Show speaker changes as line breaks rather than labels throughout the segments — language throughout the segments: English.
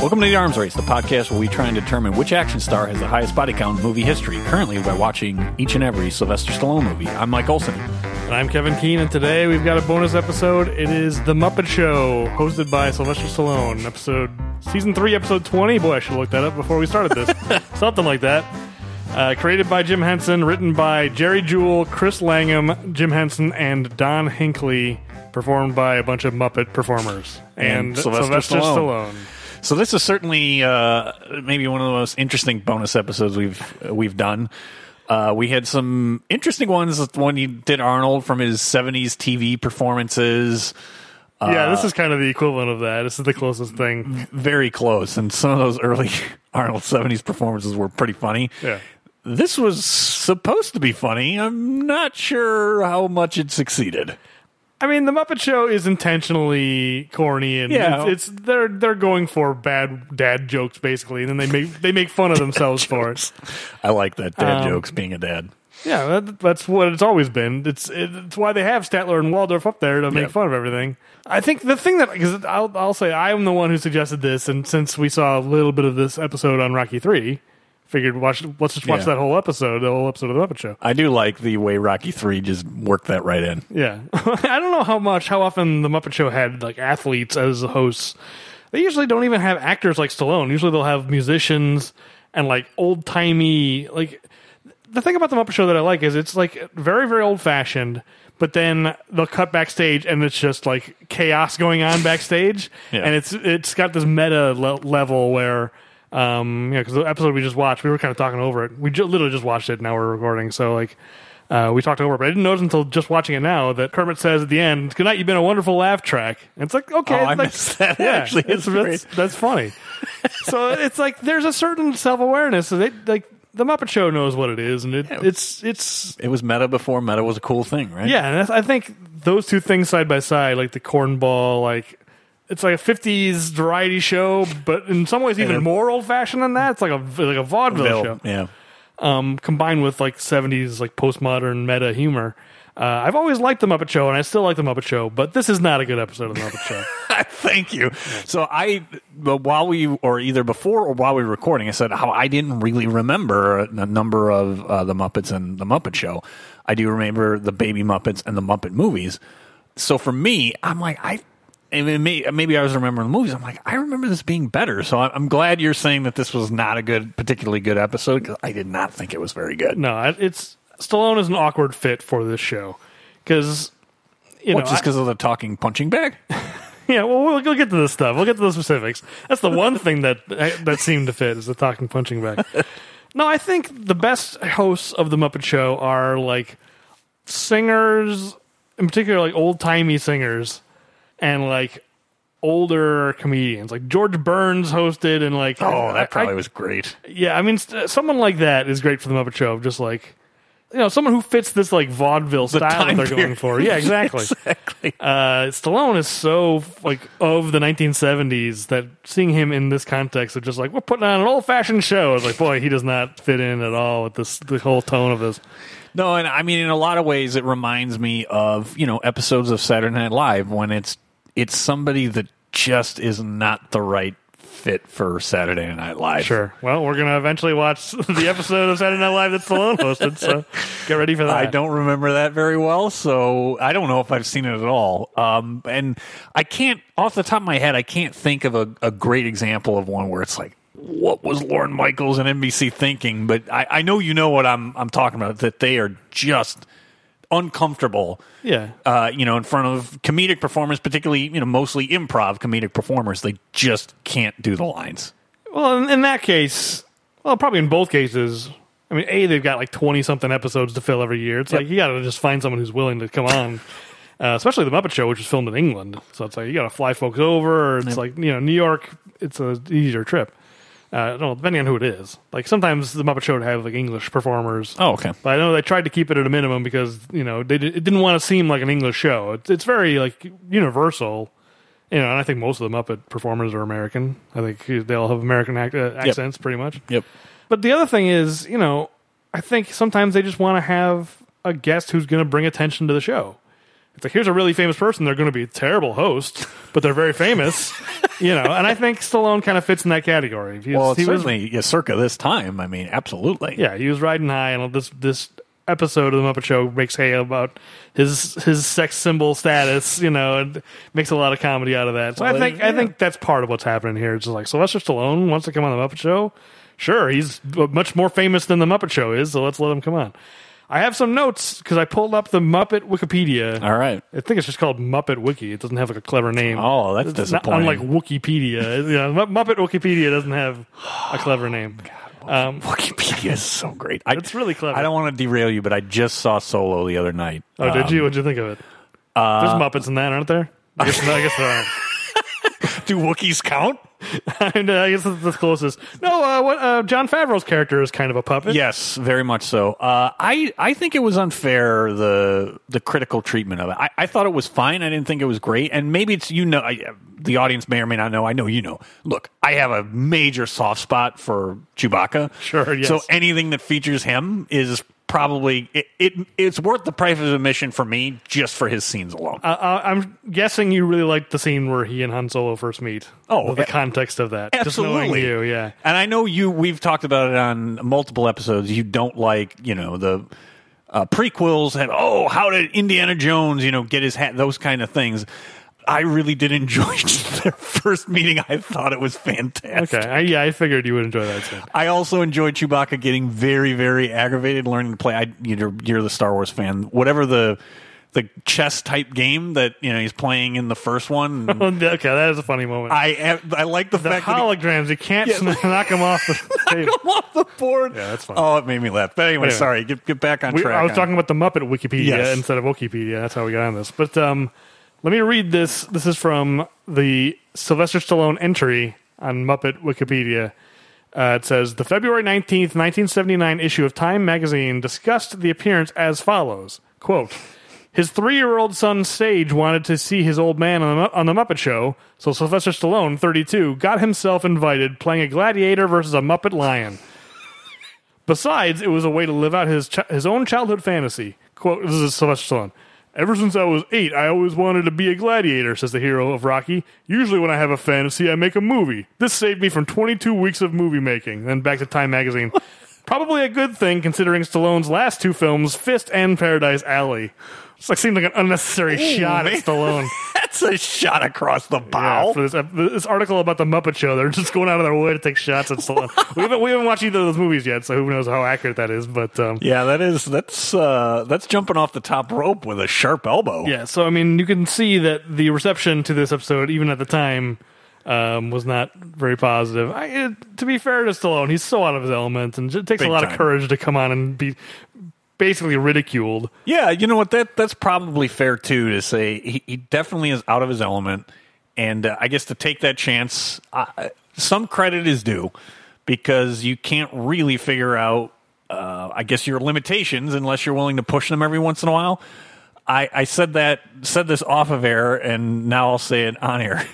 Welcome to the Arms Race, the podcast where we try and determine which action star has the highest body count in movie history, currently by watching each and every Sylvester Stallone movie. I'm Mike Olson.
And I'm Kevin Keene, and today we've got a bonus episode. It is The Muppet Show, hosted by Sylvester Stallone, episode season three, episode twenty. Boy, I should have looked that up before we started this. Something like that. Uh, created by Jim Henson, written by Jerry Jewell, Chris Langham, Jim Henson, and Don Hinckley, performed by a bunch of Muppet performers
And Sylvester Stallone.
Stallone.
So this is certainly uh, maybe one of the most interesting bonus episodes we've we've done. Uh, we had some interesting ones when you did Arnold from his '70s TV performances.
yeah,
Uh,
this is kind of the equivalent of that. This is the closest thing.
very close, and some of those early Arnold '70s performances were pretty funny.
Yeah.
This was supposed to be funny. I'm not sure how much it succeeded.
I mean, the Muppet Show is intentionally corny, and
Yeah.
it's, it's they're they're going for bad dad jokes basically, and then they make they make fun of themselves for it.
I like that dad
Um,
jokes being a dad.
Yeah, that, that's what it's always been. It's it's why they have Statler and Waldorf up there to make
Yeah.
fun of everything. I think the thing that because I'll I'll say I'm the one who suggested this, and since we saw a little bit of this episode on Rocky Three, figured watch let's just watch
Yeah.
that whole episode, the whole episode of the Muppet Show.
I do like the way Rocky Three just worked that right in.
Yeah, I don't know how much, how often the Muppet Show had like athletes as the hosts. They usually don't even have actors like Stallone. Usually they'll have musicians and like old timey like. The thing about the Muppet Show that I like is it's like very very old fashioned, but then they'll cut backstage and it's just like chaos going on backstage,
Yeah.
and it's it's got this meta le- level where. Um, yeah, because the episode we just watched, we were kind of talking over it. We ju- literally just watched it. Now we're recording, so like, uh, we talked over, it, but I didn't notice until just watching it now that Kermit says at the end, "Good night, you've been a wonderful laugh track." And it's like, okay,
Oh, I
like,
missed that. Actually,
it's,
it's great.
that's, that's funny. so it's like there's a certain self awareness. So they like the Muppet Show knows what it is, and it, it's it's
It was meta before meta was a cool thing, right?
yeah. And that's, I think those two things side by side, like the cornball, like. It's like a '50s variety show, but in some ways even
then-
more old-fashioned than that. It's like a like a vaudeville show
Bill, yeah.
um, combined with like 70s like postmodern meta humor. Uh, I've always liked the Muppet Show, and I still like the Muppet Show, but this is not a good episode of the Muppet Show.
Thank you. So I, but while we, or either before or while we were recording, I said how I didn't really remember a number of uh, the Muppets and the Muppet Show. I do remember the Baby Muppets and the Muppet movies. So for me, I'm like I, and it may, maybe I was remembering the movies. I'm like I remember this being better. So I'm, I'm glad you're saying that this was not a good, particularly good episode because I did not think it was very good.
no, I- it's Stallone is an awkward fit for this show because you
What,
know,
just
I-
because of the talking punching bag?
yeah. Well, we'll we'll get to this stuff. We'll get to the specifics. That's the one thing that that seemed to fit is the talking punching bag. No, I think the best hosts of the Muppet Show are like singers, in particular, like old timey singers, and like older comedians. Like George Burns hosted, and like
Oh,
I-
that probably was great.
I, yeah. I mean, st- someone like that is great for the Muppet Show. Just like you know, someone who fits this like vaudeville style that
time
they're going
period.
for. Yeah, exactly.
Exactly.
Uh, Stallone is so like of the 1970s that seeing him in this context of just like we're putting on an old fashioned show is like boy he does not fit in at all with this the whole tone of this.
No, and I mean, in a lot of ways, it reminds me of you know episodes of Saturday Night Live when it's it's somebody that just is not the right fit for Saturday Night Live.
Sure. Well, we're gonna eventually watch the episode of Saturday Night Live that Stallone hosted, so get ready for that.
I don't remember that very well, so I don't know if I've seen it at all. Um, and I can't, off the top of my head, I can't think of a, a great example of one where it's like, what was Lauren Michaels and NBC thinking? But I, I know you know what I'm I'm talking about. That they are just uncomfortable.
Yeah.
uh, you know, in front of comedic performers, particularly, you know, mostly improv comedic performers, they just can't do the lines.
Well, in, in that case, well, probably in both cases. I mean, a they've got like twenty something episodes to fill every year. It's like you got to just find someone who's willing to come on. Uh, especially the Muppet Show, which was filmed in England, so it's like you got to fly folks over. Or it's like you know New York. It's a easier trip. Uh, no, depending on who it is. Like sometimes the Muppet Show would have like English performers.
Oh, okay.
But I know they tried to keep it at a minimum because you know they di- it didn't want to seem like an English show. It's, it's very like universal, you know. And I think most of the Muppet performers are American. I think they all have American ac- uh, accents, pretty much.
Yep.
But the other thing is, you know, I think sometimes they just want to have a guest who's going to bring attention to the show. It's like here's a really famous person. They're going to be a terrible host, but they're very famous, you know. And I think Stallone kind of fits in that category. He's-
Well,
he was,
certainly, yeah, circa this time. I mean, absolutely.
yeah, he was riding high, and this this episode of the Muppet Show makes hay about his his sex symbol status, you know, and makes a lot of comedy out of that. So I
Well,
think I
yeah.
think that's part of what's happening here. It's just like Sylvester Stallone wants to come on the Muppet Show. Sure, he's b- much more famous than the Muppet Show is, so let's let him come on. I have some notes because I pulled up the Muppet Wikipedia.
All right.
I think it's just called Muppet Wiki. It doesn't have like a clever name.
Oh, that's
It's not
disappointing.
unlike Wikipedia. yeah, Mu- Muppet Wikipedia doesn't have a clever name. um,
Wikipedia is so great. I,
It's really clever.
I don't want to derail you, but I just saw Solo the other night.
oh, did
Um,
you? What'd you think of it?
uh,
There's Muppets in that, aren't there? I guess, I guess there aren't.
Do Wookiees count?
I, know, I guess that's the closest. No, uh, what, uh, John Favreau's character is kind of a puppet.
Yes, very much so. Uh, I I think it was unfair the the critical treatment of it. I, I thought it was fine. I didn't think it was great. And maybe it's you know I, the audience may or may not know. I know you know. Look, I have a major soft spot for Chewbacca.
Sure, yes.
So anything that features him is probably it, it. It's worth the price of admission for me just for his scenes alone.
Uh, Uh, I'm guessing you really liked the scene where he and Han Solo first meet.
Oh,
the
a-
context of that. Just knowing
Absolutely.
you, yeah.
And I know you. We've talked about it on multiple episodes. You don't like, you know, the uh, prequels and oh, how did Indiana Jones, you know, get his hat? Those kind of things. I really did enjoy their first meeting. I thought it was fantastic.
Okay, I, yeah, I figured you would enjoy that scene.
I also enjoyed Chewbacca getting very, very aggravated, learning to play. I, you're, you're the Star Wars fan. Whatever the the chess type game that you know he's playing in the first one.
okay, that is a funny moment.
I I like the,
the
fact that he-
holograms, you can't
Yeah.
sn- knock them off the table.
I'm off the board.
Yeah, that's fine.
Oh, it made me laugh. But anyway,
Anyway.
sorry. Get get back on
We,
track.
I was
on-
talking about the Muppet Wikipedia
Yes.
instead of Wikipedia. That's how we got on this. But um, let me read this. This is from the Sylvester Stallone entry on Muppet Wikipedia. Uh, it says the February nineteenth, nineteen seventy nine issue of Time magazine discussed the appearance as follows: "Quote." His three-year-old son Sage wanted to see his old man on the, Mu- on the Muppet Show, so Sylvester Stallone, 32, got himself invited, playing a gladiator versus a Muppet lion. Besides, it was a way to live out his chi- his own childhood fantasy. Quote: This is Sylvester Stallone. Ever since I was eight, I always wanted to be a gladiator, says the hero of Rocky. Usually, when I have a fantasy, I make a movie. This saved me from 22 weeks of movie making. Then back to Time magazine. Probably a good thing considering Stallone's last two films, Fist and Paradise Alley. It's like seemed like an unnecessary shot
man.
at Stallone.
That's a shot across the
Yeah,
bow.
for this, ep- this article about the Muppet Show. They're just going out of their way to take shots at Stallone. we haven't we haven't watched either of those movies yet, so who knows how accurate that is. But um, yeah.
Yeah, that is that's uh that's jumping off the top rope with a sharp elbow.
so I mean, you can see that the reception to this episode, even at the time, um, was not very positive. I, it, to be fair to Stallone, he's so out of his element, and it takes
Big
a lot
time.
of courage to come on and be basically ridiculed.
Yeah, you know what? That that's probably fair too to say he, he definitely is out of his element, and uh, I guess to take that chance, I, some credit is due because you can't really figure out, uh, I guess, your limitations unless you're willing to push them every once in a while. I, I said that said this off of air, and now I'll say it on air.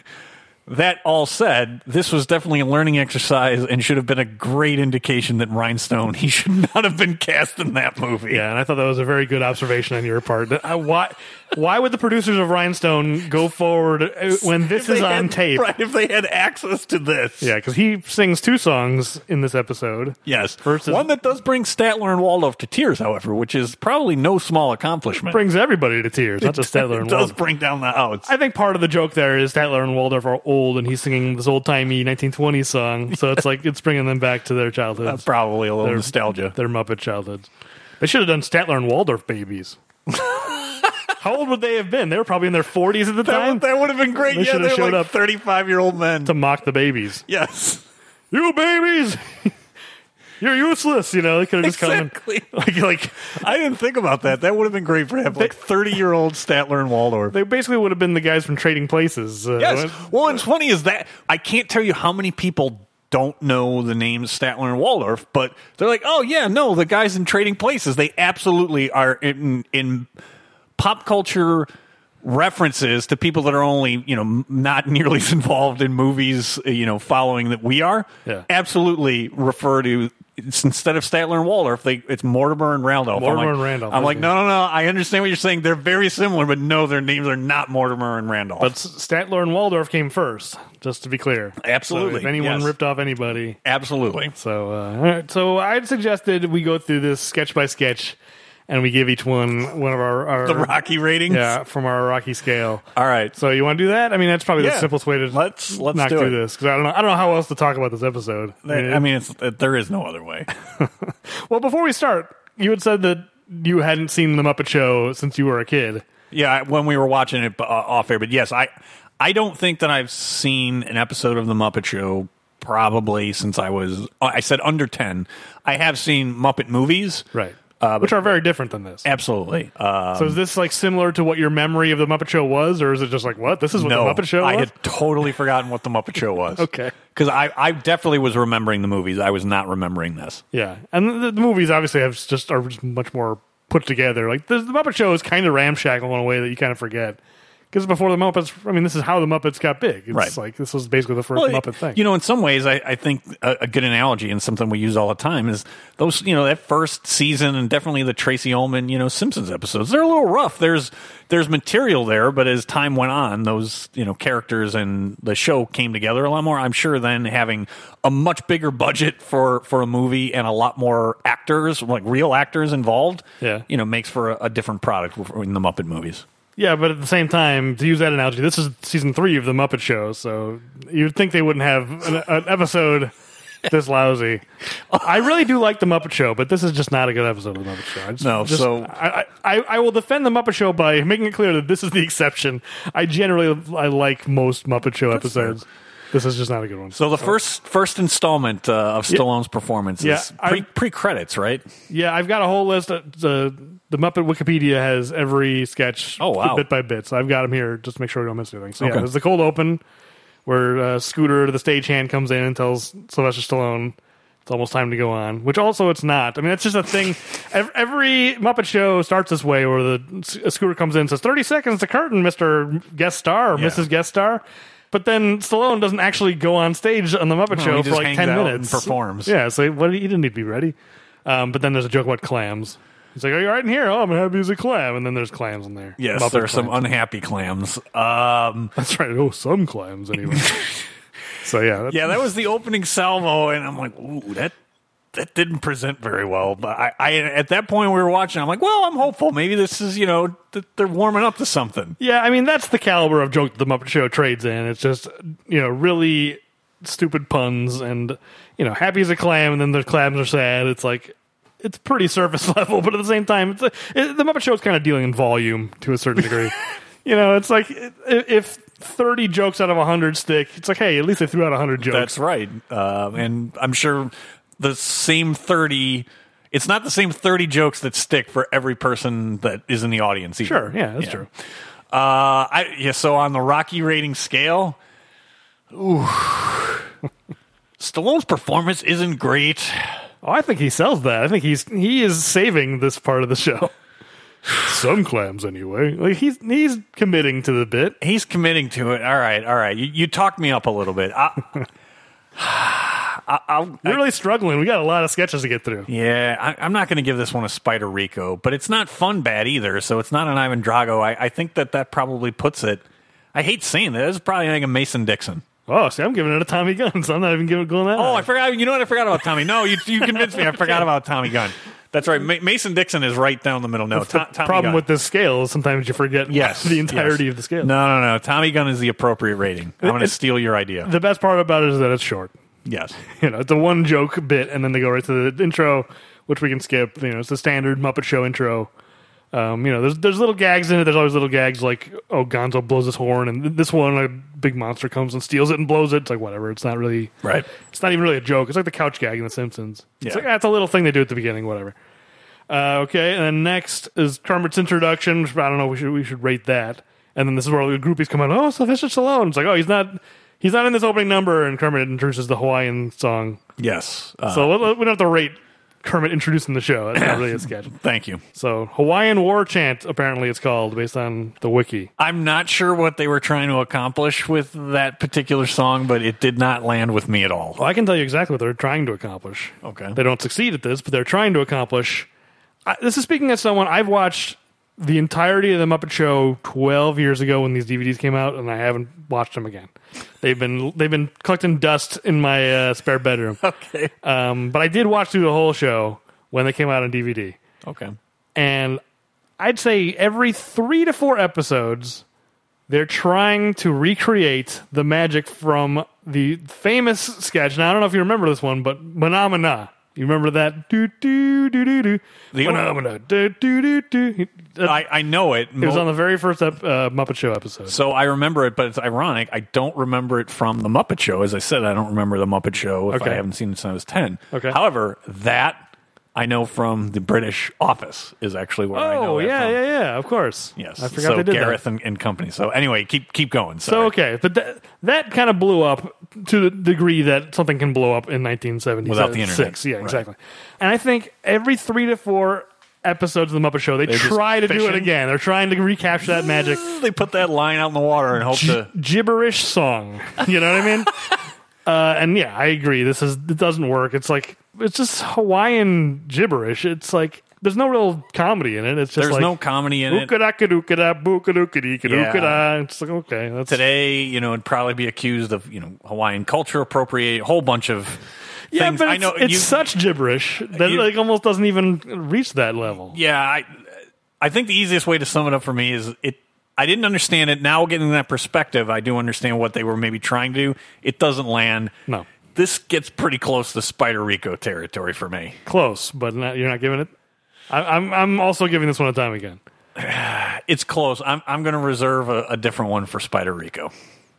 That all said, this was definitely a learning exercise and should have been a great indication that Rhinestone he should not have been cast in that movie.
Yeah, and I thought that was a very good observation on your part. That- I, why, why would the producers of Rhinestone go forward uh, when this
If
is
they
on
had-
tape?
Right, if they had access to this.
Yeah, because he sings two songs in this episode.
Yes.
Versus-
One that does bring Statler and Waldorf to tears, however, which is probably no small accomplishment.
brings everybody to tears, not just Statler
it
and
does
Waldorf.
bring down the oh, outs.
I think part of the joke there is Statler and Waldorf are old, and he's singing this old timey 1920s song, so it's like it's bringing them back to their childhoods,
probably a little nostalgia.
their Muppet childhoods. They should have done Statler and Waldorf babies. How old would they have been? They were probably in their 40s at the
That
time
would, that would have been great.
They
yeah,
should have
they're
showed
like
up.
35 year old men.
to mock the babies.
yes.
You babies, you're useless. You know they could have just
Exactly.
come in, like like
I didn't think about that. That would have been great for him. Like 30 year old Statler and Waldorf.
they basically would have been the guys from Trading Places. Uh,
Yes. Well, and it's funny is that I can't tell you how many people don't know the names Statler and Waldorf, but they're like, oh yeah, no, the guys in Trading Places, they absolutely are in, in pop culture references to people that are only you know m- not nearly as involved in movies uh, you know following that we are
Yeah.
absolutely refer to it's instead of Statler and Waldorf, they it's Mortimer and Randolph.
Mortimer
I'm like,
and Randolph,
I'm like,
okay.
no, no, no. I understand what you're saying. They're very similar, but no, their names are not Mortimer and Randolph.
But S- Statler and Waldorf came first, just to be clear.
Absolutely,
So if anyone
yes.
ripped off anybody.
Absolutely.
So, uh, all right. So I'd suggested we go through this sketch by sketch, and we give each one one of our, our
The Rocky ratings.
yeah from our Rocky scale.
All right.
So you want to do that? I mean, that's probably
Yeah.
the simplest way to
Let's- let's
knock
do
through
it.
this because I don't know I don't know how else to talk about this episode. I mean,
I mean, it's, it, there is no other way.
well, before we start, you had said that you hadn't seen the Muppet Show since you were a kid.
Yeah, I- when we were watching it uh, off air, but yes, I I don't think that I've seen an episode of the Muppet Show probably since I was uh, I said under ten. I have seen Muppet movies,
Uh, Which are very different than this.
Absolutely. Uh,
So is this like similar to what your memory of the Muppet Show was, or is it just like what this is what
no,
the Muppet Show
I
was?
had totally forgotten what the Muppet Show was.
Okay.
because I I definitely was remembering the movies. I was not remembering this.
yeah, and the, the movies obviously have s- just are just much more put together. Like the, the Muppet Show is kind of ramshackle in a way that you kind of forget. Because before the Muppets, I mean, this is how the Muppets got big. It's
Right.
like this was basically the first
Well,
Muppet thing.
You know, in some ways, I, I think a, a good analogy and something we use all the time is those, you know, that first season and definitely the Tracy Ullman, you know, Simpsons episodes. They're a little rough. There's there's material there, but as time went on, those you know characters and the show came together a lot more. I'm sure then having a much bigger budget for for a movie and a lot more actors, like real actors involved,
Yeah.
you know, makes for a, a different product in the Muppet movies.
yeah, but at the same time, to use that analogy, this is season three of the Muppet Show, so you'd think they wouldn't have an, an episode this lousy. I really do like the Muppet Show, but this is just not a good episode of the Muppet Show. I just-
No,
just-
so-
I, I I will defend the Muppet Show by making it clear that this is the exception. I generally I like most Muppet Show episodes. This is just not a good one.
So the first first installment uh, of Stallone's performance
Oh. Yeah,
is pre
I-
pre credits, right?
Yeah, I've got a whole list. Of, the the Muppet Wikipedia has every sketch.
Oh, wow.
Bit by bit. So I've got them here just to make sure we don't miss anything. So yeah,
Okay.
there's the cold open where uh, Scooter, the stagehand, comes in and tells Sylvester Stallone it's almost time to go on. Which also it's not. I mean, that's just a thing. Ev- every Muppet show starts this way where the S- Scooter comes in and says thirty seconds to curtain, Mister Guest Star or
Yeah.
Mrs. Guest Star. But then Stallone doesn't actually go on stage on the Muppet
No,
Show
he
for
just
like
hangs
ten
out
minutes
and performs.
Yeah, so what he didn't need to be ready. Um, but then there's a joke about clams. He's like, "Are you all right in here? Oh, I'm happy as a clam." And then there's clams in there.
Yes,
Muppet
there are some
clams.
unhappy clams. Um,
That's right. Oh, some clams anyway. so yeah, that's,
yeah, that was the opening salvo, and I'm like, ooh, that that didn't present very well. But I, I at that point we were watching. I'm like, well, I'm hopeful. Maybe this is you know th- they're warming up to something.
Yeah, I mean that's the caliber of joke that the Muppet Show trades in. It's just you know really stupid puns and you know happy as a clam, and then the clams are sad. It's like it's pretty surface level, but at the same time, it's a, it, the Muppet Show is kind of dealing in volume to a certain degree. you know, it's like i- if thirty jokes out of hundred stick, it's like hey, at least they threw out hundred jokes.
That's right, um, and I'm sure the same thirty. It's not the same thirty jokes that stick for every person that is in the audience. Either.
sure, yeah, that's true.
Uh, I yeah. So on the Rocky rating scale, ooh, Stallone's performance isn't great.
Oh, I think he sells that. I think he's he is saving this part of the show. Some clams, anyway. Like he's he's committing to the bit.
He's committing to it. All right, all right. You, you talked me up a little bit. I, I, I'll,
We're really struggling. We got a lot of sketches to get through.
yeah, I, I'm not going to give this one a Spider Rico, but it's not fun bad either. So it's not an Ivan Drago. I, I think that that probably puts it. I hate saying that. It's probably like a Mason Dixon.
Oh, see, I'm giving it a Tommy Gun, so I'm not even giving going that.
Oh,
high.
I forgot. You know what? I forgot about Tommy. No, you, you convinced me. I forgot about Tommy Gunn. That's right. Ma- Mason Dixon is right down the middle. No,
the
Tom, Tommy
problem
Gunn.
with this scale is sometimes you forget
yes,
the entirety
yes.
of the scale.
No, no, no. Tommy Gunn is the appropriate rating. I'm going to
It's-
steal your idea.
The best part about it is that it's short.
Yes.
You know, it's a one joke bit, and then they go right to the intro, which we can skip. You know, it's the standard Muppet Show intro. Um, you know, there's there's little gags in it. There's always little gags like, oh, Gonzo blows his horn, and th- this one a big monster comes and steals it and blows it. It's like whatever. It's not really
Right.
It's not even really a joke. It's like the couch gag in The Simpsons.
Yeah.
It's like that's a little thing they do at the beginning, whatever. Uh, okay, and then next is Kermit's introduction. Which I don't know. We should we should rate that. And then this is where all the groupies come out. Oh, Sylvester Stallone. It's like oh, he's not he's not in this opening number. And Kermit introduces the Hawaiian song.
Yes. Uh,
So we- we don't have to rate Kermit introducing the show. That's not really a sketch.
Thank you.
So Hawaiian War Chant, apparently it's called, based on the wiki.
I'm not sure what they were trying to accomplish with that particular song, but it did not land with me at all.
Well, I can tell you exactly what they're trying to accomplish.
Okay.
They don't succeed at this, but they're trying to accomplish. I, this is speaking as someone I've watched the entirety of the Muppet Show 12 years ago when these DVDs came out, and I haven't watched them again. They've been they've been collecting dust in my uh, spare bedroom.
Okay.
Um, but I did watch through the whole show when they came out on DVD,
Okay.
and I'd say every three to four episodes, they're trying to recreate the magic from the famous sketch. Now I don't know if you remember this one, but Manamana. You remember that? Do do do do do.
The-
Manamana. Do do do do. It
I, I know it.
was on the very first ep- uh, Muppet Show episode.
so I remember it, but it's ironic. I don't remember it from The Muppet Show. As I said, I don't remember The Muppet Show if
Okay.
I haven't seen it since I was 10.
Okay.
However, that I know from The British Office is actually where I know
Oh
it
yeah,
from.
yeah, yeah. Of course.
Yes.
I forgot
so
they did that.
Gareth And, and company. So anyway, keep keep going.
So
Sorry.
okay, but that that kind of blew up to the degree that something can blow up in 1976.
Without the internet.
yeah,
Right.
exactly. And I think every three to four episodes of the Muppet Show, they
just
try to do it
fishing?
again. They're trying to recapture that magic
They put that line out in the water and hope to.
gibberish song. You know what I mean? uh, and yeah, I agree. This is it doesn't work. It's like it's just Hawaiian gibberish. It's like there's no real comedy in it. It's just
There's
like.
no comedy in it.
"Ookada-kadookada, bookadookadeekadookadah." It's like okay, that's
today, you know, would probably be accused of, you know, Hawaiian culture appropriate, a whole bunch of
Yeah,
things.
but it's,
I know
it's
you,
such gibberish that
you-
it like almost doesn't even reach that level.
yeah, I I think the easiest way to sum it up for me is it I didn't understand it. Now getting that perspective, I do understand what they were maybe trying to do. It doesn't land.
No.
This gets pretty close to Spider Rico territory for me.
Close, but not, you're not giving it. I, I'm I'm also giving this one a time again.
It's close. I'm I'm going to reserve a, a different one for Spider Rico.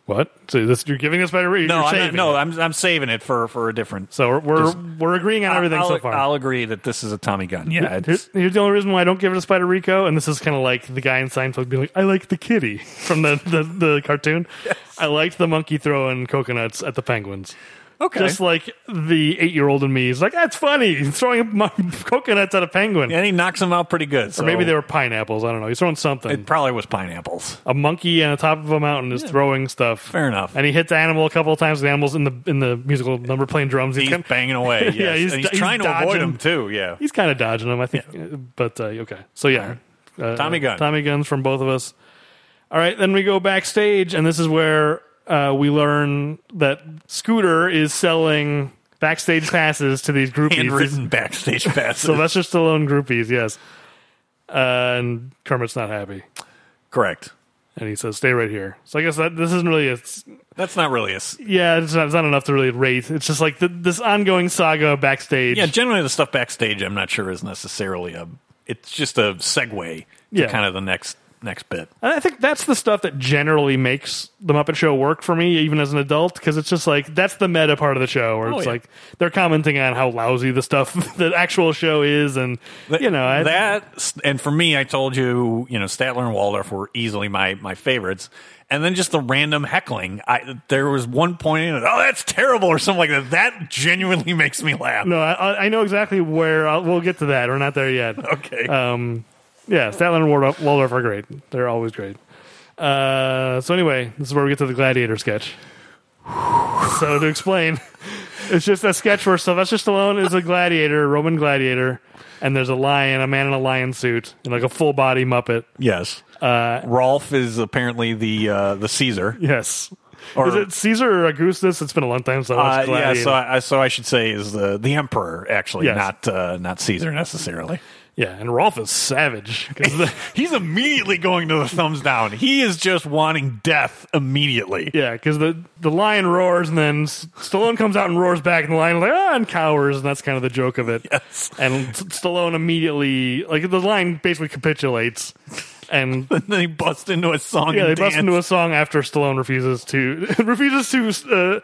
What? So this you're giving this better?
No,
you're
I'm
saving
not, no,
it.
I'm I'm saving it for for a different.
So we're we're, we're agreeing on everything
I'll,
so far.
I'll agree that this is a Tommy gun. Yeah, it's,
Here's, here's the only reason why I don't give it a Spider Rico, and this is kind of like the guy in Seinfeld being like, "I like the kitty" from the the, the cartoon. I liked the monkey throwing coconuts at the penguins.
okay.
Just like the eight year old in me is like, that's funny. He's throwing mon- coconuts at a penguin.
and he knocks them out pretty good. So
Or maybe they were pineapples. I don't know. He's throwing something.
It probably was pineapples.
a monkey on the top of a mountain is throwing stuff.
Fair enough.
And he hits the animal a couple of times. The animal's in the in the musical number playing drums. He's
He's
kind of,
banging away. Yes.
Yeah, he's-
and he's,
he's
trying to avoid
dodging.
them too. Yeah.
he's kind of dodging them, I think. But uh, okay, so yeah, uh,
Tommy Gunn.
Tommy guns from both of us. All right, then we go backstage, and this is where uh, we learn that Scooter is selling backstage passes to these groupies.
Handwritten backstage passes.
Sylvester Stallone groupies, yes. Uh, and Kermit's not happy.
correct.
and he says, "Stay right here." So I guess that this isn't really a
That's not really a. s-
yeah, it's not, it's not enough to really rate. It's just like th this ongoing saga backstage.
Yeah, generally the stuff backstage, I'm not sure is necessarily a. It's just a segue to
Yeah.
kind of the next next bit.
and I think that's the stuff that generally makes the Muppet Show work for me, even as an adult, because it's just like that's the meta part of the show, where
Oh,
it's
yeah.
like they're commenting on how lousy the stuff the actual show is, and you know I,
that and for me, I told you, you know, Statler and Waldorf were easily my my favorites. And then just the random heckling. I there was one point in it, oh, that's terrible, or something like that. That genuinely makes me laugh.
No, I- I, I know exactly where. I'll, we'll get to that. We're not there yet.
Okay.
Um, yeah, Statler and Waldorf, Waldorf are great. They're always great. Uh, so anyway, this is where we get to the gladiator sketch. so to explain, it's just a sketch where Sylvester Stallone is a gladiator, Roman gladiator, and there's a lion, a man in a lion suit, and like a full body Muppet.
Yes. Uh, Rolf is apparently the uh, the Caesar.
Yes.
Or-
is it Caesar or Augustus? It's been a long time since I
Uh,
watched
yeah,
Gladiator.
so I, so I should say is the the emperor actually,
Yes.
not uh, not Caesar necessarily.
yeah, and Rolf is savage. 'cause the-
He's immediately going to the thumbs down. He is just wanting death immediately.
Yeah, because the, the lion roars and then S- Stallone comes out and roars back, and the lion like ah, and cowers, and that's kind of the joke of it.
Yes.
And S- Stallone immediately like the lion basically capitulates, and
and then he busts into a song.
yeah, they
and
bust into a song after Stallone refuses to refuses to uh, kill.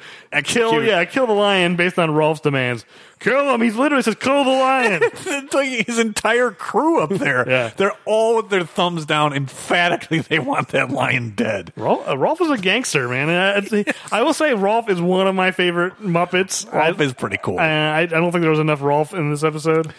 Execute.
Yeah, kill the lion based on Rolf's demands. Kill him. He literally says, "Kill the lion."
It's like his entire crew up there.
Yeah.
They're all with their thumbs down. Emphatically, they want that lion dead.
Rolf, uh, Rolf is a gangster, man. And I, I will say Rolf is one of my favorite Muppets.
Rolf
I,
is pretty cool.
I, I don't think there was enough Rolf in this episode.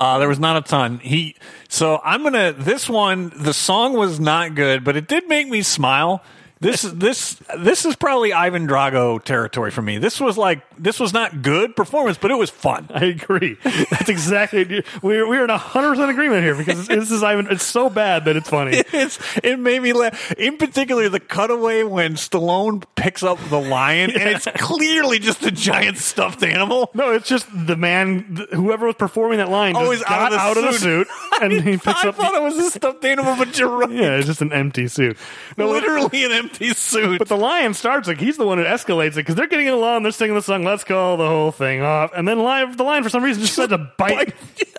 Uh, there was not a ton. He so I'm gonna this one. The song was not good, but it did make me smile. This this this is probably Ivan Drago territory for me. This was like this was not good performance, but it was fun.
I agree. That's exactly we're we're in hundred percent agreement here because this is Ivan. It's so bad that it's funny.
It's, it made me laugh. In particular, the cutaway when Stallone picks up the lion, and it's clearly just a giant stuffed animal.
No, it's just the man, th- whoever was performing that line, just
Oh, he's out of
got
the
out of the
suit.
suit and he picks
I
up.
thought
The,
it was a stuffed animal, but you're right.
yeah, it's just an empty suit. No,
Literally an empty suit.
But the lion starts like he's the one who escalates it because they're getting along. They're singing the song "Let's Call the Whole Thing Off," and then lion, the lion for some reason just decides to bite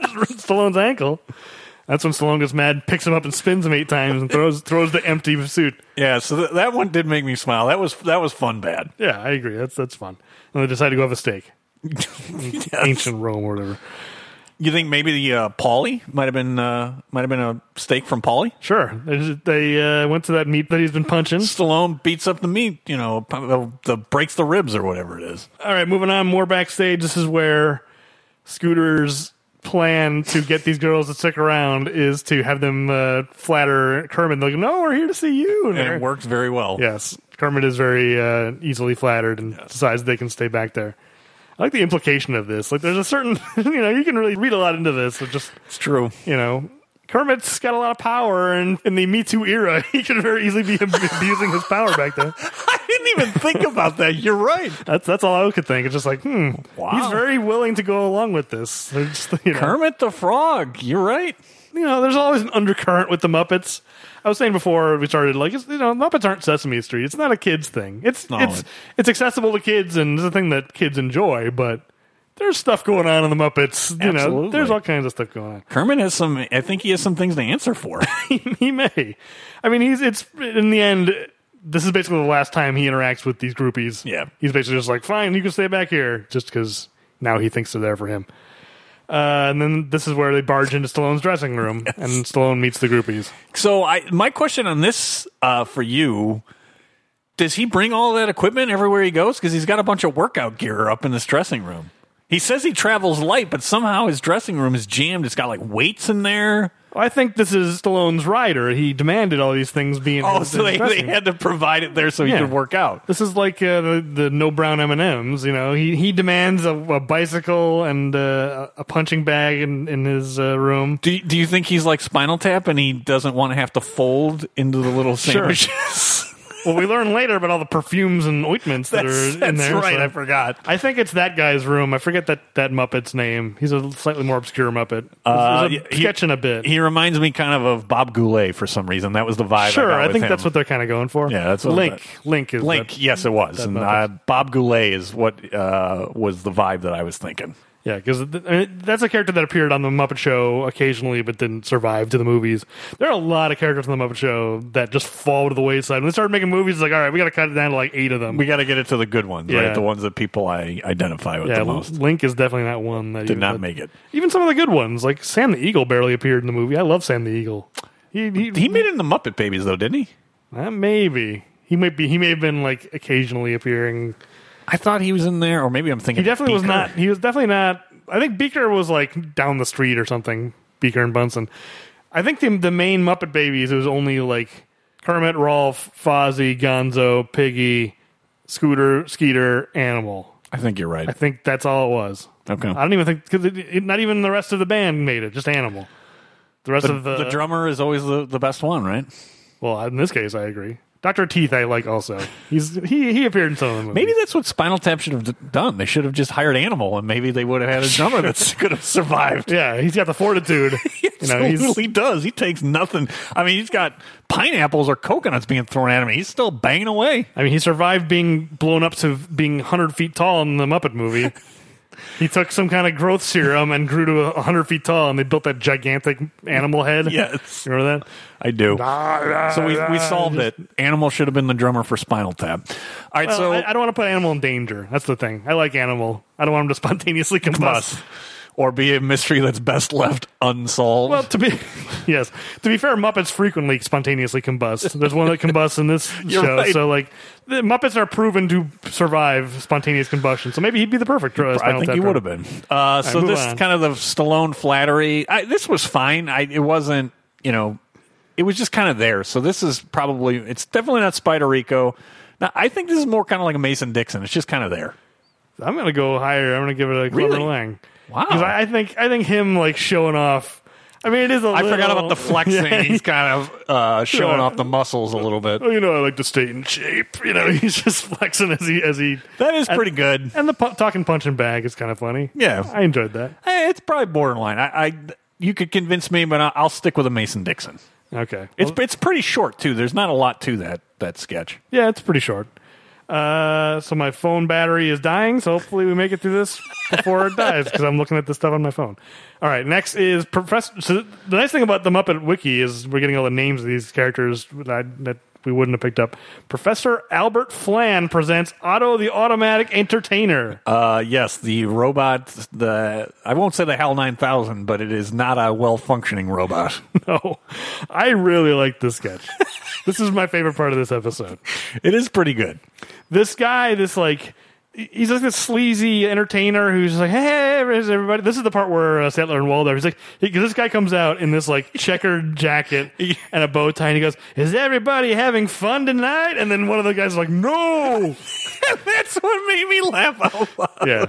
Stallone's ankle. That's when Stallone gets mad, picks him up and spins him eight times, and throws throws the empty suit.
Yeah, so th- that one did make me smile. That was that was fun. Bad.
Yeah, I agree. That's that's fun. And they decide to go have a steak,
Yes.
ancient Rome or whatever.
You think maybe the uh, Polly might have been uh, might have been a steak from Polly?
Sure, they, just- they uh, went to that meat that he's been punching.
Stallone beats up the meat, you know, p- the, the breaks the ribs or whatever it is.
All right, moving on. More backstage. This is where Scooter's plan to get these girls to stick around is to have them uh, flatter Kermit. They're like, no, we're here to see you.
And it works very well.
Yes, Kermit is very uh, easily flattered and decides they can stay back there. I like the implication of this. Like, there's a certain, you know, you can really read a lot into this. Of just,
It's true.
you know, Kermit's got a lot of power, and in the Me Too era, he could very easily be ab- abusing his power back there.
I didn't even think about that. You're right.
That's that's all I could think. It's just like, hmm,
Wow.
he's very willing to go along with this. They're just, you, know,
Kermit the Frog. You're right.
you know, there's always an undercurrent with the Muppets. I was saying before we started, like, it's, you know, Muppets aren't Sesame Street. It's not a kids thing. It's
No,
it's
it-
it's accessible to kids, and it's a thing that kids enjoy. But there's stuff going on in the Muppets. You know,
Absolutely.
there's all kinds of stuff going on.
Kermit has some. I think he has some things to answer for.
he may. I mean, he's it's in the end. This is basically the last time he interacts with these groupies.
Yeah.
he's basically just like, fine, you can stay back here, just because now he thinks they're there for him. Uh, and then this is where they barge into Stallone's dressing room, and Stallone meets the groupies.
so, I my question on this uh, for you. Does he bring all that equipment everywhere he goes? Because he's got a bunch of workout gear up in his dressing room. He says he travels light, but somehow his dressing room is jammed. It's got like weights in there.
Well, I think this is Stallone's rider. He demanded all these things being.
Oh, so they, they had to provide it there so he
Yeah.
could work out.
This is like uh, the, the no brown M and M's. You know, he he demands a, a bicycle and uh, a punching bag in in his uh, room.
Do you, do you think he's like Spinal Tap and he doesn't want to have to fold into the little
Sure.
sandwiches?
Well, we learn later about all the perfumes and ointments that
That's-
are in
that's
there.
right,
so-
I forgot.
I think it's that guy's room. I forget that that Muppet's name. He's a slightly more obscure Muppet.
Uh,
He's
he-
sketching a bit.
He reminds me kind of of Bob Goulet for some reason. That was the vibe.
sure,
I,
I,
got with
think
him.
that's what they're kind of going for.
Yeah, that's what
Link. Link is
Link.
that-
yes, it was, and
Muppets.
uh, Bob Goulet is what uh, was the vibe that I was thinking.
yeah, because that's a character that appeared on the Muppet Show occasionally, but didn't survive to the movies. There are a lot of characters on the Muppet Show that just fall to the wayside. When they started making movies, it's like, all right, we got to cut it down to like eight of them.
We got to get it to the good ones,
Yeah.
right? The ones that people I identify with
yeah,
the most.
Link is definitely not one that
Did
you-
not
that-
make it.
Even some of the good ones, like Sam the Eagle, barely appeared in the movie. I love Sam the Eagle. He, he,
He made it in the Muppet Babies, though, didn't he?
uh, maybe he might be. He may have been like occasionally appearing.
I thought he was in there, or maybe I'm thinking.
He definitely was
Beaker.
not. He was definitely not. I think Beaker was like down the street or something. Beaker and Bunsen. I think the the main Muppet Babies. It was only like Kermit, Rolf, Fozzie, Gonzo, Piggy, Scooter, Skeeter, Animal.
I think you're right.
I think that's all it was.
Okay.
I don't even think because it, it, not even the rest of the band made it. Just Animal. The rest of
the,
the,
drummer is always the, the best one, right?
Well, in this case, I agree. Doctor Teeth, I like also. He's he he appeared in some of the movies.
Maybe that's what Spinal Tap should have d- done. They should have just hired Animal, and maybe they would have had a drummer that could have survived.
yeah, he's got the fortitude. you know, he's
he does. He takes nothing. I mean, he's got pineapples or coconuts being thrown at him. and He's still banging away.
I mean, he survived being blown up to being hundred feet tall in the Muppet movie. He took some kind of growth serum and grew to a hundred feet tall, and they built that gigantic animal head.
Yes.
you remember that?
I do. So we, we solved it. Animal should have been the drummer for Spinal Tap. All right,
Well,
so
I, I don't want to put animal in danger. That's the thing. I like animal. I don't want him to spontaneously combust.
us. Or be a mystery that's best left unsolved.
Well, to be yes, to be fair, Muppets frequently spontaneously combust. There's one that combusts in this
You're
show,
right.
so like the Muppets are proven to survive spontaneous combustion. So maybe he'd be the perfect. Uh,
I think he would have been. Uh, so
move
this
on.
kind of the Stallone flattery. I, this was fine. I, it wasn't, you know, it was just kind of there. So this is probably it's definitely not Spider Rico. Now I think this is more kind of like a Mason Dixon. It's just kind of there.
I'm gonna go higher. I'm gonna give it a Clever
Really?
Lang.
Wow.
Because I, I think I think him like showing off. I mean, it is a
I forgot
little-
about the flexing.
Yeah,
He's kind of uh, showing
Yeah.
off the muscles a little bit.
Oh, you know, I like to stay in shape. You know, he's just flexing as he as he.
That is pretty good.
And the pu- talking punch and bag is kind of funny.
Yeah.
I enjoyed that.
Eh, It's probably borderline. I, I you could convince me, but I- I'll stick with a Mason Dixon.
Okay,
It's it's pretty short too. There's not a lot to that that sketch.
Yeah, it's pretty short. Uh, so my phone battery is dying. So hopefully we make it through this before it dies because I'm looking at this stuff on my phone. All right, next is Professor. So the nice thing about the Muppet Wiki is we're getting all the names of these characters that, I, that we wouldn't have picked up. Professor Albert Flan presents Otto the Automatic Entertainer.
Uh, yes, the robot. The I won't say the HAL 9000, but it is not a well functioning robot.
no, I really like this sketch. this is my favorite part of this episode.
it is pretty good.
this guy, this like, he's like this sleazy entertainer who's just like, hey, where's everybody? This is the part where uh, Sattler and Waldorf, he's like, he, 'cause this guy comes out in this like checkered jacket and a bow tie, and he goes, is everybody having fun tonight? And then one of the guys is like, no.
That's what made me laugh out loud.
yeah.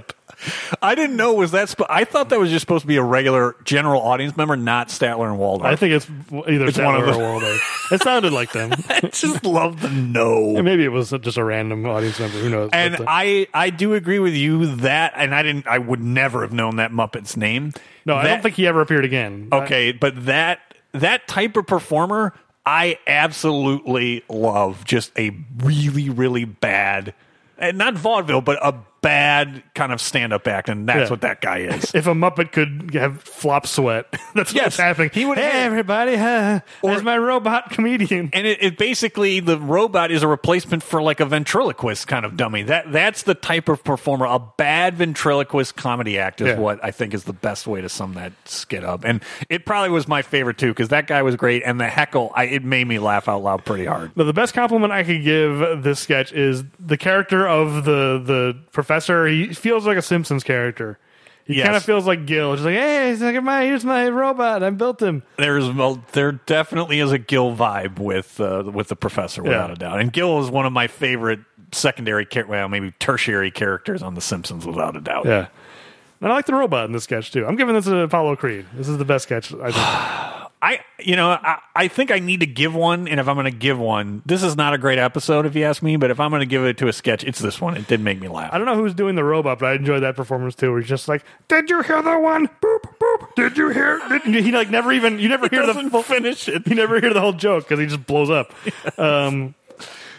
I didn't know was that. Sp- I thought that was just supposed to be a regular general audience member, not Statler and
I
Waldorf.
think it's either
It's one
Sattler
of
or
the-
Waldorf. It sounded like them.
I just love the no.
Maybe it was just a random audience member. Who knows?
And
But, uh,
I, I do agree with you that, and I didn't, I would never have known that Muppet's name.
no, I don't
That- Oh.
think he ever appeared again.
Okay, but that that type of performer, I absolutely love. Just a really, really bad, and not vaudeville, but a bad kind of stand-up act, and that's
Yeah.
what that guy is.
if a Muppet could have flop sweat, that's
Yes,
what's happening.
he would-
Hey, everybody, huh?
Or-
there's my robot comedian.
And it, it basically the robot is a replacement for like a ventriloquist kind of dummy. That that's the type of performer. A bad ventriloquist comedy act is
Yeah.
what I think is the best way to sum that skit up. And it probably was my favorite too because that guy was great, and the heckle I, it made me laugh out loud pretty hard.
Now, the best compliment I could give this sketch is the character of the the professor. He feels like a Simpsons character. He
Yes.
kind of feels like Gil. Just like, hey, he's like, my, here's my robot. I built him.
There's well, there definitely is a Gil vibe with uh, with the professor without
Yeah.
a doubt, and Gil is one of my favorite secondary, char- well, maybe tertiary characters on The Simpsons without a doubt.
Yeah. And I like the robot in this sketch too. I'm giving this to Apollo Creed. This is the best sketch. I think.
I you know I, I think I need to give one, and if I'm going to give one, this is not a great episode if you ask me, but if I'm going to give it to a sketch, it's this one. It did make me laugh.
I don't know who's doing the robot, but I enjoyed that performance too. Where he's just like, "Did you hear the one? Boop boop. Did you hear?" Did-" He like never even you never hear the
doesn't
full finish. It. You never hear the whole joke because he just blows up. Um,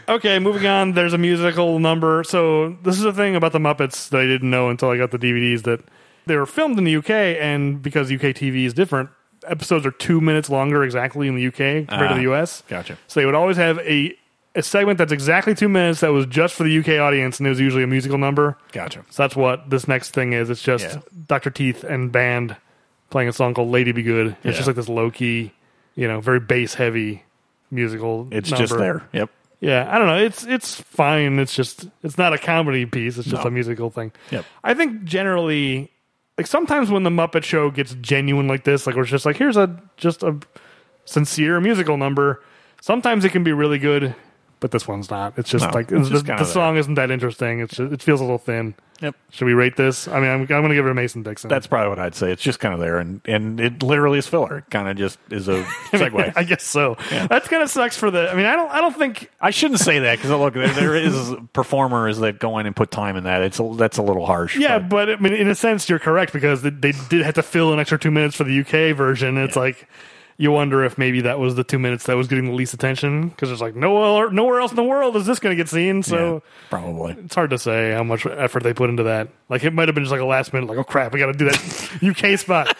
okay, moving on. There's a musical number. So this is a thing about the Muppets that I didn't know until I got the DVDs that they were filmed in the UK, and because UK TV is different, episodes are two minutes longer exactly in the UK compared
Ah,
to the US.
gotcha.
So they would always have a a segment that's exactly two minutes that was just for the UK audience, and it was usually a musical number.
Gotcha.
So that's what this next thing is. It's just
Yeah.
Dr. Teeth and band playing a song called Lady Be Good. It's
Yeah.
just like this low key, you know, very bass heavy musical.
It's
number.
just there. Yep.
Yeah, I don't know. It's it's fine. It's just it's not a comedy piece. It's just
No.
a musical thing.
Yep.
I think generally, like sometimes when the Muppet Show gets genuine like this, like we're just like here's a just a sincere musical number. Sometimes it can be really good, but this one's not. It's just
No,
like
it's
the,
just
the
kinda there.
song isn't that interesting. It's just, it feels a little thin.
Yep.
Should we rate this? I mean, I'm, I'm going to give it a Mason Dixon.
That's probably what I'd say. It's just kind of there, and and it literally is filler. It kind of just is a segue.
I guess so. That kind of sucks for the. I mean, I don't. I don't think.
I shouldn't say that because look, there, there is performers that go in and put time in that. It's a, that's a little harsh.
Yeah,
but-
but I mean, in a sense, you're correct because they, they did have to fill an extra two minutes for the UK version. It's like you wonder if maybe that was the two minutes that was getting the least attention because it's like nowhere nowhere else in the world is this going to get seen. So
Yeah, probably.
it's hard to say how much effort they put into that. Like it might have been just like a last minute, like oh crap, we got to do that UK spot.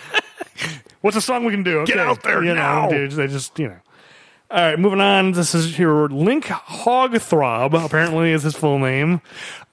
What's a song we can do?
Get
Okay.
out there
you
now.
Know, dude, they just you know. All right, moving on. This is here. Link Hogthrob apparently is his full name.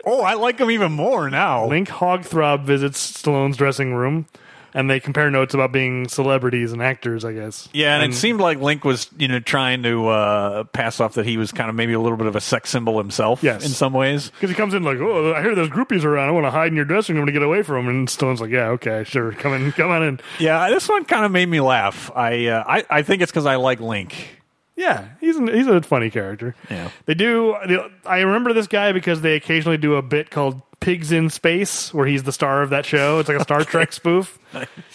Oh, I like him even more now.
Link Hogthrob visits Stallone's dressing room, and they compare notes about being celebrities and actors. I guess.
Yeah, and, it seemed like Link was, you know, trying to uh, pass off that he was kind of maybe a little bit of a sex symbol himself
Yes.
in some ways.
Because he comes in like, oh, I hear there's groupies around. I want to hide in your dressing room to get away from 'em." And Stone's like, yeah, okay, sure, come in, come on in.
Yeah, Uh, this one kind of made me laugh. I uh, I, I think it's because I like Link.
Yeah, he's an, he's a funny character.
Yeah.
they do. They, I remember this guy because they occasionally do a bit called Pigs in Space, where he's the star of that show. It's like a Star Trek spoof.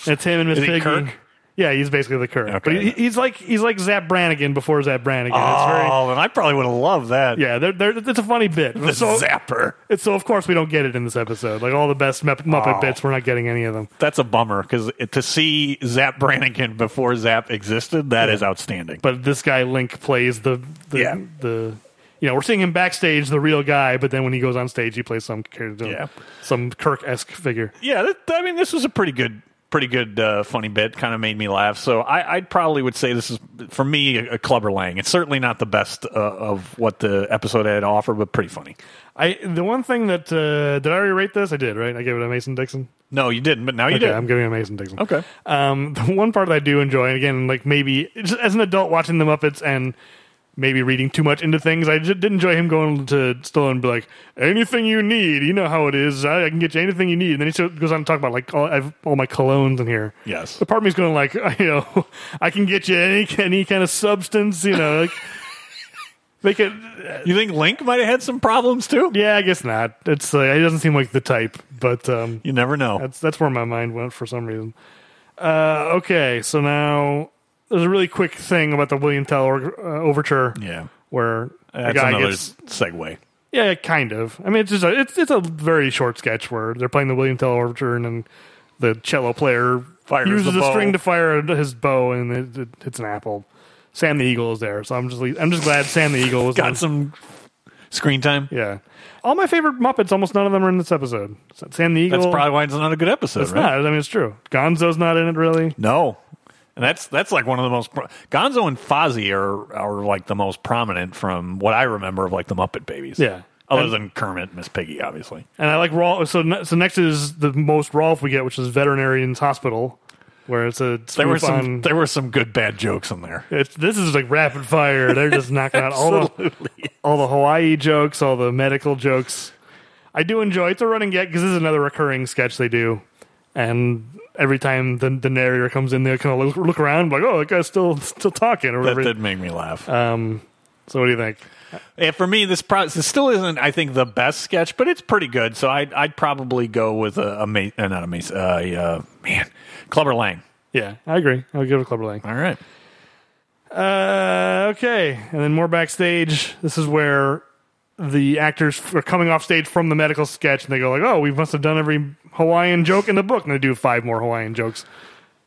It's him and Miss
Is he
Piggy.
Kirk?
Yeah, he's basically the Kirk, but
Okay.
he, he's like he's like Zap Brannigan before Zap Brannigan. It's very,
oh, and I probably would have loved that.
Yeah, they're, they're, it's a funny bit.
The
so,
zapper.
it's- so of course we don't get it in this episode. Like all the best Mupp- Muppet
Oh.
bits, we're not getting any of them.
That's a bummer because to see Zap Brannigan before Zap existed, that is outstanding.
But this guy Link plays the the,
Yeah.
the you know we're seeing him backstage the real guy, but then when he goes on stage, he plays some character,
Yeah.
some Kirk esque figure.
yeah, that, I mean, this was a pretty good, pretty good uh, funny bit. Kind of made me laugh. So I, I probably would say this is for me a, a clubber lang. It's certainly not the best uh, of what the episode had to offer, but pretty funny.
I the one thing that uh, did I already rate this? I did right. I gave it a Mason Dixon.
No, you didn't, but now you
Okay,
did.
I'm giving it a Mason Dixon.
okay.
Um, the one part that I do enjoy, and again, like maybe just as an adult watching the Muppets and maybe reading too much into things, I just did enjoy him going to Stallone and be like, "Anything you need, you know how it is. I, I can get you anything you need." And then he sort of goes on to talk about like all, I've, all my colognes in here.
Yes.
The part of me's going like, you know, I can get you any any kind of substance, you know. Like, they could,
You think Link might have had some problems too?
yeah, I guess not. It's uh, it doesn't seem like the type, but um,
You never know.
That's that's where my mind went for some reason. Uh, okay, so now there's a really quick thing about the William Tell or, uh, overture
Yeah.
where the
That's
guy
another
gets
segue.
yeah, kind of. I mean, it's just a, it's it's a very short sketch where they're playing the William Tell overture and then the cello player
Fires
uses
the
a
bow.
string to fire his bow and it, it hits an apple. Sam the Eagle is there, so I'm just le- I'm just glad Sam the Eagle was
Got some screen time.
yeah. All my favorite Muppets, almost none of them are in this episode. Sam the Eagle,
That's probably why it's not a good episode,
it's
right?
not. I mean, it's true. Gonzo's not in it really.
No. And that's that's like one of the most pro- Gonzo and Fozzie are are like the most prominent from what I remember of like the Muppet Babies.
Yeah.
Other than Kermit, and Miss Piggy, obviously.
And I like Rolf. So ne- so next is the most Rolf we get, which is Veterinarian's Hospital, where it's a
There were
spoof
some
on-
there were some good bad jokes in there.
it's, this is like rapid fire. They're just knocking out all the all the Hawaii jokes, all the medical jokes. I do enjoy it's a running gag because this is another recurring sketch they do, and every time the, the narrator comes in, they kind of look, look around like, "Oh, that guy's still still talking," or
That
whatever.
did make me laugh.
Um, so what do you think?
and for me, this, pro- this still isn't, I think, the best sketch, but it's pretty good. So I'd, I'd probably go with a, a ma- uh, not a mace, uh, a, uh, man, Clubber Lang.
Yeah, I agree. I'll give it a Clubber Lang.
All right.
Uh, okay, and then more backstage. This is where the actors are coming off stage from the medical sketch, and they go like, "Oh, we must have done every Hawaiian joke in the book," and they do five more Hawaiian jokes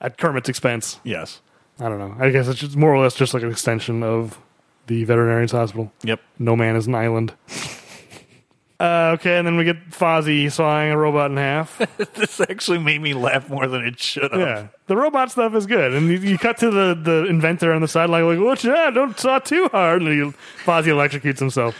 at Kermit's expense.
Yes.
I don't know. I guess it's just more or less just like an extension of the veterinarian's hospital.
Yep.
No man is an island. Uh, okay, and then we get Fozzie sawing a robot in half.
this actually made me laugh more than it should have.
Yeah, the robot stuff is good, and you, you cut to the, the inventor on the sideline like, "Watch out! Don't saw too hard." And he, Fozzie electrocutes himself.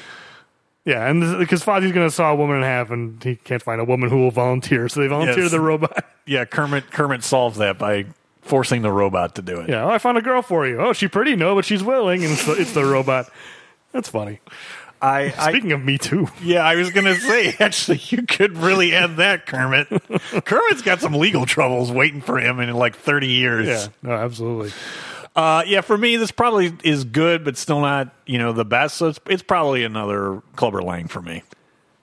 Yeah, and because Fozzie's going to saw a woman in half, and he can't find a woman who will volunteer, so they volunteer
Yes.
the robot.
Yeah, Kermit Kermit solves that by forcing the robot to do it.
Yeah, oh, I found a girl for you. Oh, she pretty, no, but she's willing, and it's the, it's the robot. That's funny.
I, I
Speaking of Me Too,
yeah, I was gonna say actually you could really add that, Kermit. Kermit's got some legal troubles waiting for him in like thirty years.
yeah, no, absolutely.
Uh, yeah, for me this probably is good, but still not, you know, the best. So it's it's probably another clubber lang for me.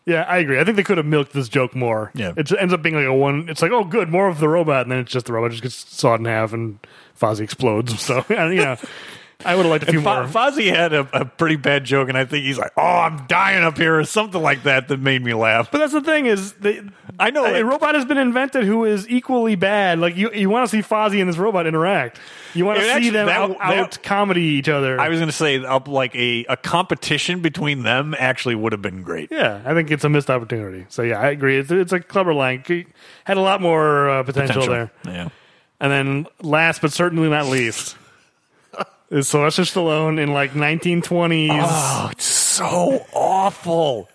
Yeah, I agree. I think they could have milked this joke more.
Yeah.
It ends up being like a one. It's like, oh, good, more of the robot, and then it's just the robot just gets sawed in half and Fozzie explodes. So, and, you know, I would have liked a few
Fo-
more.
Fozzie had a, a pretty bad joke, and I think he's like, "Oh, I'm dying up here," or something like that. That made me laugh.
But that's the thing is, they,
I know,
a
like-
robot has been invented who is equally bad. Like you, you want to see Fozzie and this robot interact. You want
It
to see
actually-
them
that-
out,
that-
out comedy each other.
I was going to say up like a, a competition between them actually would have been great.
yeah, I think it's a missed opportunity. So yeah, I agree. It's, it's a clever line. C- Had a lot more uh, potential, there.
Yeah.
And then last but certainly not least. Is Sylvester Stallone in like 1920s?
Oh, it's so awful.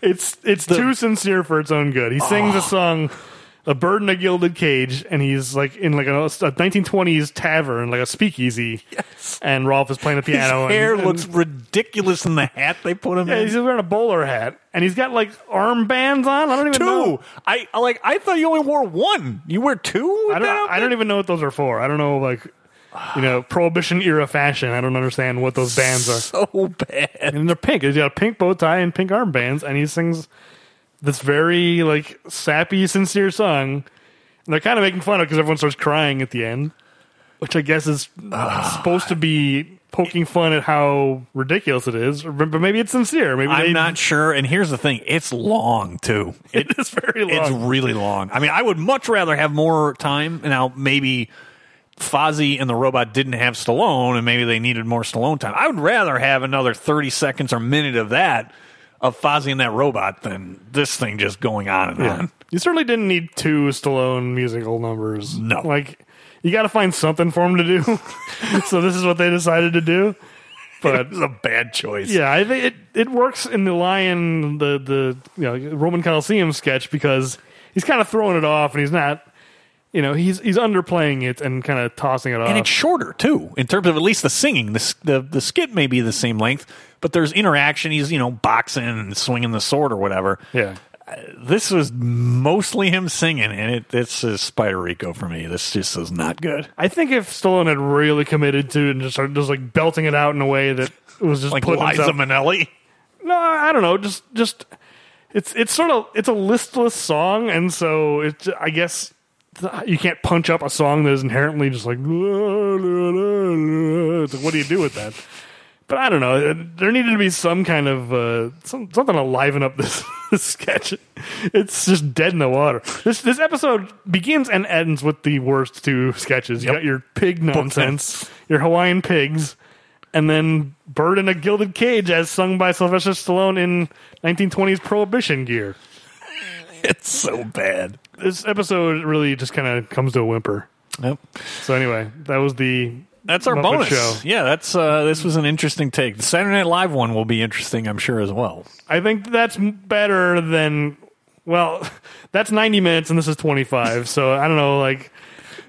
It's it's too sincere for its own good.
Ah.
He sings a song, "A Bird in a Gilded Cage," and he's like in like a, a 1920s tavern, like a speakeasy.
Yes.
And Rolf is playing the
His
piano. and-
hair
and,
looks ridiculous in the hat they put him
Yeah,
in.
he's wearing a bowler hat, and he's got like armbands on. I don't even
two.
know.
I I like. I thought you only wore one. You wear two.
I don't. I don't even know what those are for. I don't know like. You know, prohibition era fashion. I don't understand what those bands are.
So bad.
and they're pink. He's got a pink bow tie and pink armbands, and he sings this very like sappy, sincere song. And they're kind of making fun of because everyone starts crying at the end, which I guess is supposed to be poking fun at how ridiculous it is. Or- But maybe it's sincere. Maybe they,
I'm not sure. And here's the thing: it's long too. It,
It's very long.
It's really long. I mean, I would much rather have more time. Now, maybe Fozzie and the robot didn't have Stallone, and maybe they needed more Stallone time. I would rather have another thirty seconds or minute of that of Fozzie and that robot than this thing just going on and
Yeah.
on.
You certainly didn't need two Stallone musical numbers.
No.
Like, you got to find something for him to do. so, this is what they decided to do. But
It was a bad choice.
Yeah, I think it, it works in the lion the the you know Roman Coliseum sketch because he's kind of throwing it off and he's not you know he's he's underplaying it and kind of tossing it off.
and it's shorter too in terms of at least the singing. The, s- the the skit may be the same length, but there's interaction. He's you know boxing and swinging the sword or whatever.
yeah,
This was mostly him singing, and it this is Spider Rico for me. This just is not good.
I think if Stallone had really committed to it and just started just like belting it out in a way that was just
Like
putting
Liza
himself,
Minnelli.
no, I I don't know, just just it's it's sort of it's a listless song and so it I guess. You can't punch up a song that is inherently just like, It's like, what do you do with that? but I don't know. Uh, There needed to be some kind of uh, some, something to liven up this, this sketch. It's just dead in the water. This this episode begins and ends with the worst two sketches. You got your pig nonsense, your Hawaiian pigs, and then bird in a gilded cage, as sung by Sylvester Stallone in 1920s Prohibition gear.
It's so bad.
This episode really just kind of comes to a whimper.
Yep.
So anyway, that was the
That's our
Muppet
bonus.
Show.
Yeah, that's uh, this was an interesting take. The Saturday Night Live one will be interesting, I'm sure, as well.
I think that's m- better than well, that's 90 minutes and this is 25. so I don't know like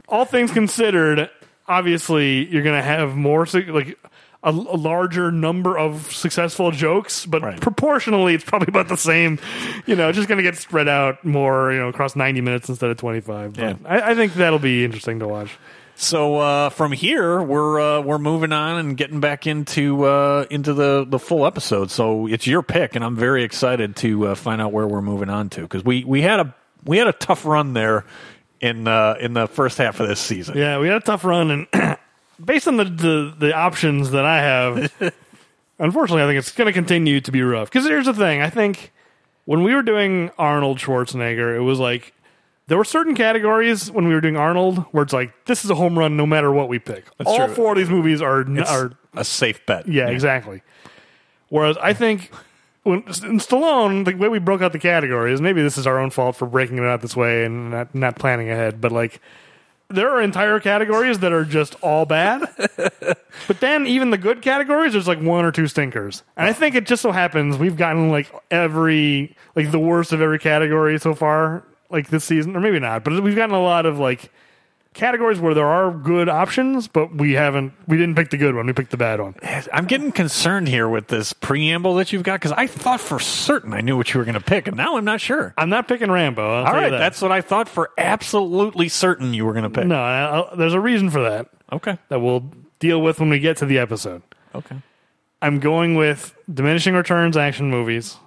all things considered, obviously you're going to have more su- like a, a larger number of successful jokes, but
Right.
proportionally it's probably about the same. You know, it's just going to get spread out more, you know, across 90 minutes instead of 25. But
Yeah.
I, I think that'll be interesting to watch.
So uh, from here, we're uh, we're moving on and getting back into uh, into the, the full episode. So it's your pick, and I'm very excited to uh, find out where we're moving on to because we, we had a we had a tough run there in uh, in the first half of this season.
Yeah, we had a tough run, and based on the, the the options that I have, unfortunately, I think it's going to continue to be rough. Because here's the thing: I think when we were doing Arnold Schwarzenegger, it was like there were certain categories when we were doing Arnold where it's like this is a home run no matter what we pick. All
true.
four of these movies are n- are
a safe bet.
yeah, exactly. Whereas I think when in Stallone, the way we broke out the categories, maybe this is our own fault for breaking it out this way and not, not planning ahead, but like there are entire categories that are just all bad. but then even the good categories, there's like one or two stinkers. And I think it just so happens we've gotten like every like the worst of every category so far, like this season, or maybe not, but we've gotten a lot of like categories where there are good options, but we haven't we didn't pick the good one, we picked the bad one.
I'm getting concerned here with this preamble that you've got because I thought for certain I knew what you were going to pick, and now I'm not sure.
I'm not picking Rambo. I'll
All right,
that.
that's what I thought for absolutely certain you were going to pick.
no. I, I, there's a reason for that
Okay.
that we'll deal with when we get to the episode.
Okay.
I'm going with diminishing returns action movies,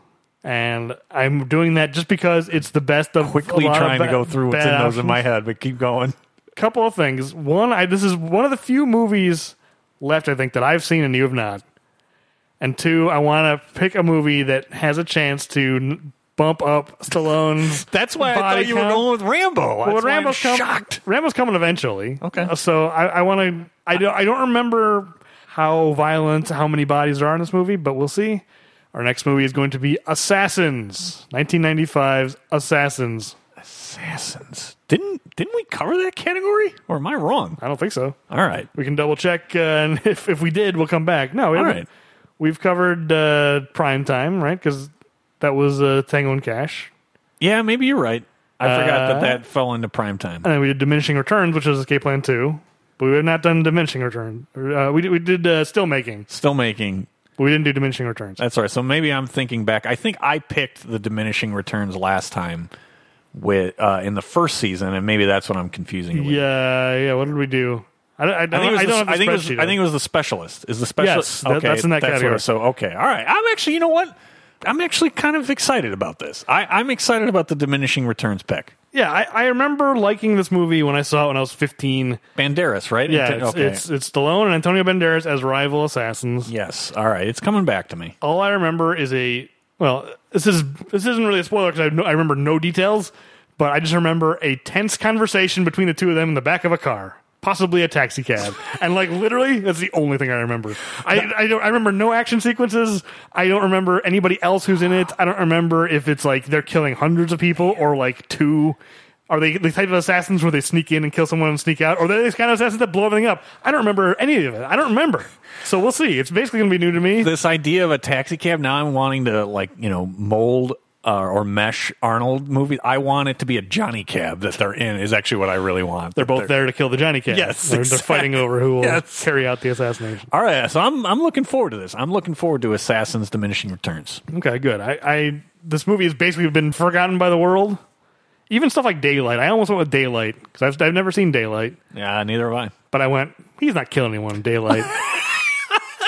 and I'm doing that just because it's the best of
Quickly
a lot of
trying to
ba-
go through what's in
bad
those in
options.
my head, but keep going.
Couple of things. One, I this is one of the few movies left, I think, that I've seen and you have not. And two, I want to pick a movie that has a chance to n- bump up Stallone's.
That's why I
body
thought you
count.
were going with Rambo. That's
Well,
why I'm
Rambo's come-
shocked.
Rambo's coming eventually.
Okay.
Uh, So I, I want to. I don't. I don't remember how violent, how many bodies there are in this movie, but we'll see. Our next movie is going to be Assassins, 1995's Assassins.
Assassins. Didn't didn't we cover that category? Or am I wrong?
I don't think so.
All right.
We can double check, uh, and if if we did, we'll come back. No, we
All
haven't.
right.
We've covered uh, prime time, right? Because that was uh, Tango and Cash,
Yeah, maybe you're right. I forgot
Uh,
that that fell into prime time.
and then we did diminishing returns, which was Escape Plan Two. But we have not done diminishing return. Uh, we did, we did uh, still making,
Still making.
but we didn't do diminishing returns.
That's all right. So maybe I'm thinking back. I think I picked the diminishing returns last time with uh, in the first season, and maybe that's what I'm confusing. it with.
Yeah, yeah. What did we do? I, don't- I
I
don't.
think, it
I,
was
don't
the,
have the
I, think it was,
spreadsheet
I think it was the specialist. Is the
Yes,
specialist?
that-
okay,
that's in that
what it-
category.
so okay, all right. I'm actually, you know what? I'm actually kind of excited about this. I, I'm excited about the diminishing returns pick.
yeah, I, I remember liking this movie when I saw it when I was fifteen.
Banderas, right?
Yeah,
Inten-
it's, it's it's Stallone and Antonio Banderas as rival assassins.
yes. All right, it's coming back to me.
All I remember is a well. This is this isn't really a spoiler because I, know- I remember no details, but I just remember a tense conversation between the two of them in the back of a car. Possibly a taxi cab, and like literally, that's the only thing I remember. I I, don't, I remember no action sequences. I don't remember anybody else who's in it. I don't remember if it's like they're killing hundreds of people or like two. Are they the type of assassins where they sneak in and kill someone and sneak out? Or are they the kind of assassins that blow everything up? I don't remember any of it. I don't remember. So we'll see. It's basically going to be new to me.
This idea of a taxi cab. Now I'm wanting to like you know mold. Uh, or mesh Arnold movie. I want it to be a Johnny cab that they're in is actually what I really want.
They're both there to kill the Johnny Cab.
Yes,
they're, they're
exactly.
fighting over who will
Yes.
carry out the assassination.
All right, so I'm I'm looking forward to this. I'm looking forward to Assassin's Diminishing Returns.
Okay, good. I, I this movie has basically been forgotten by the world. Even stuff like Daylight. I almost went with Daylight because I've, I've never seen Daylight,
Yeah, neither have I.
but I went. He's not killing anyone in Daylight.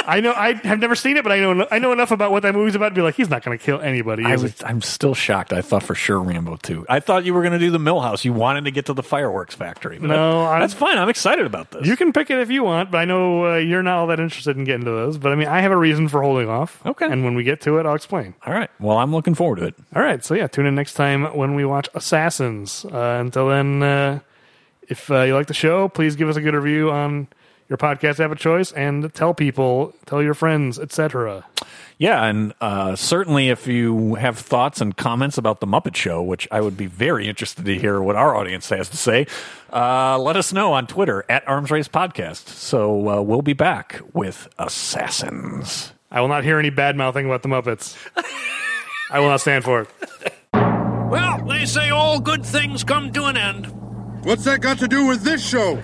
I know. I have never seen it, but I know. I know enough about what that movie's about to be like. He's not going to kill anybody.
I
is he?"
was, I'm still shocked. I thought for sure Rambo 2. I thought you were going to do the Millhouse. You wanted to get to the fireworks factory. but
No,
that-
I-
that's fine. I'm excited about this.
you can pick it if you want, but I know uh, you're not all that interested in getting to those. But I mean, I have a reason for holding off.
Okay.
And when we get to it, I'll explain.
All right. Well, I'm looking forward to it.
All right, so yeah, tune in next time when we watch Assassins. Uh, until then, uh, if uh, you like the show, please give us a good review on your podcast app of choice and tell people, tell your friends, etc.
Yeah, and uh, certainly if you have thoughts and comments about the Muppet Show, which I would be very interested to hear what our audience has to say, uh, let us know on Twitter at Arms Race Podcast. So uh, we'll be back with Assassins.
I will not hear any bad mouthing about the Muppets. I will not stand for it.
Well, they say all good things come to an end.
What's that got to do with this show?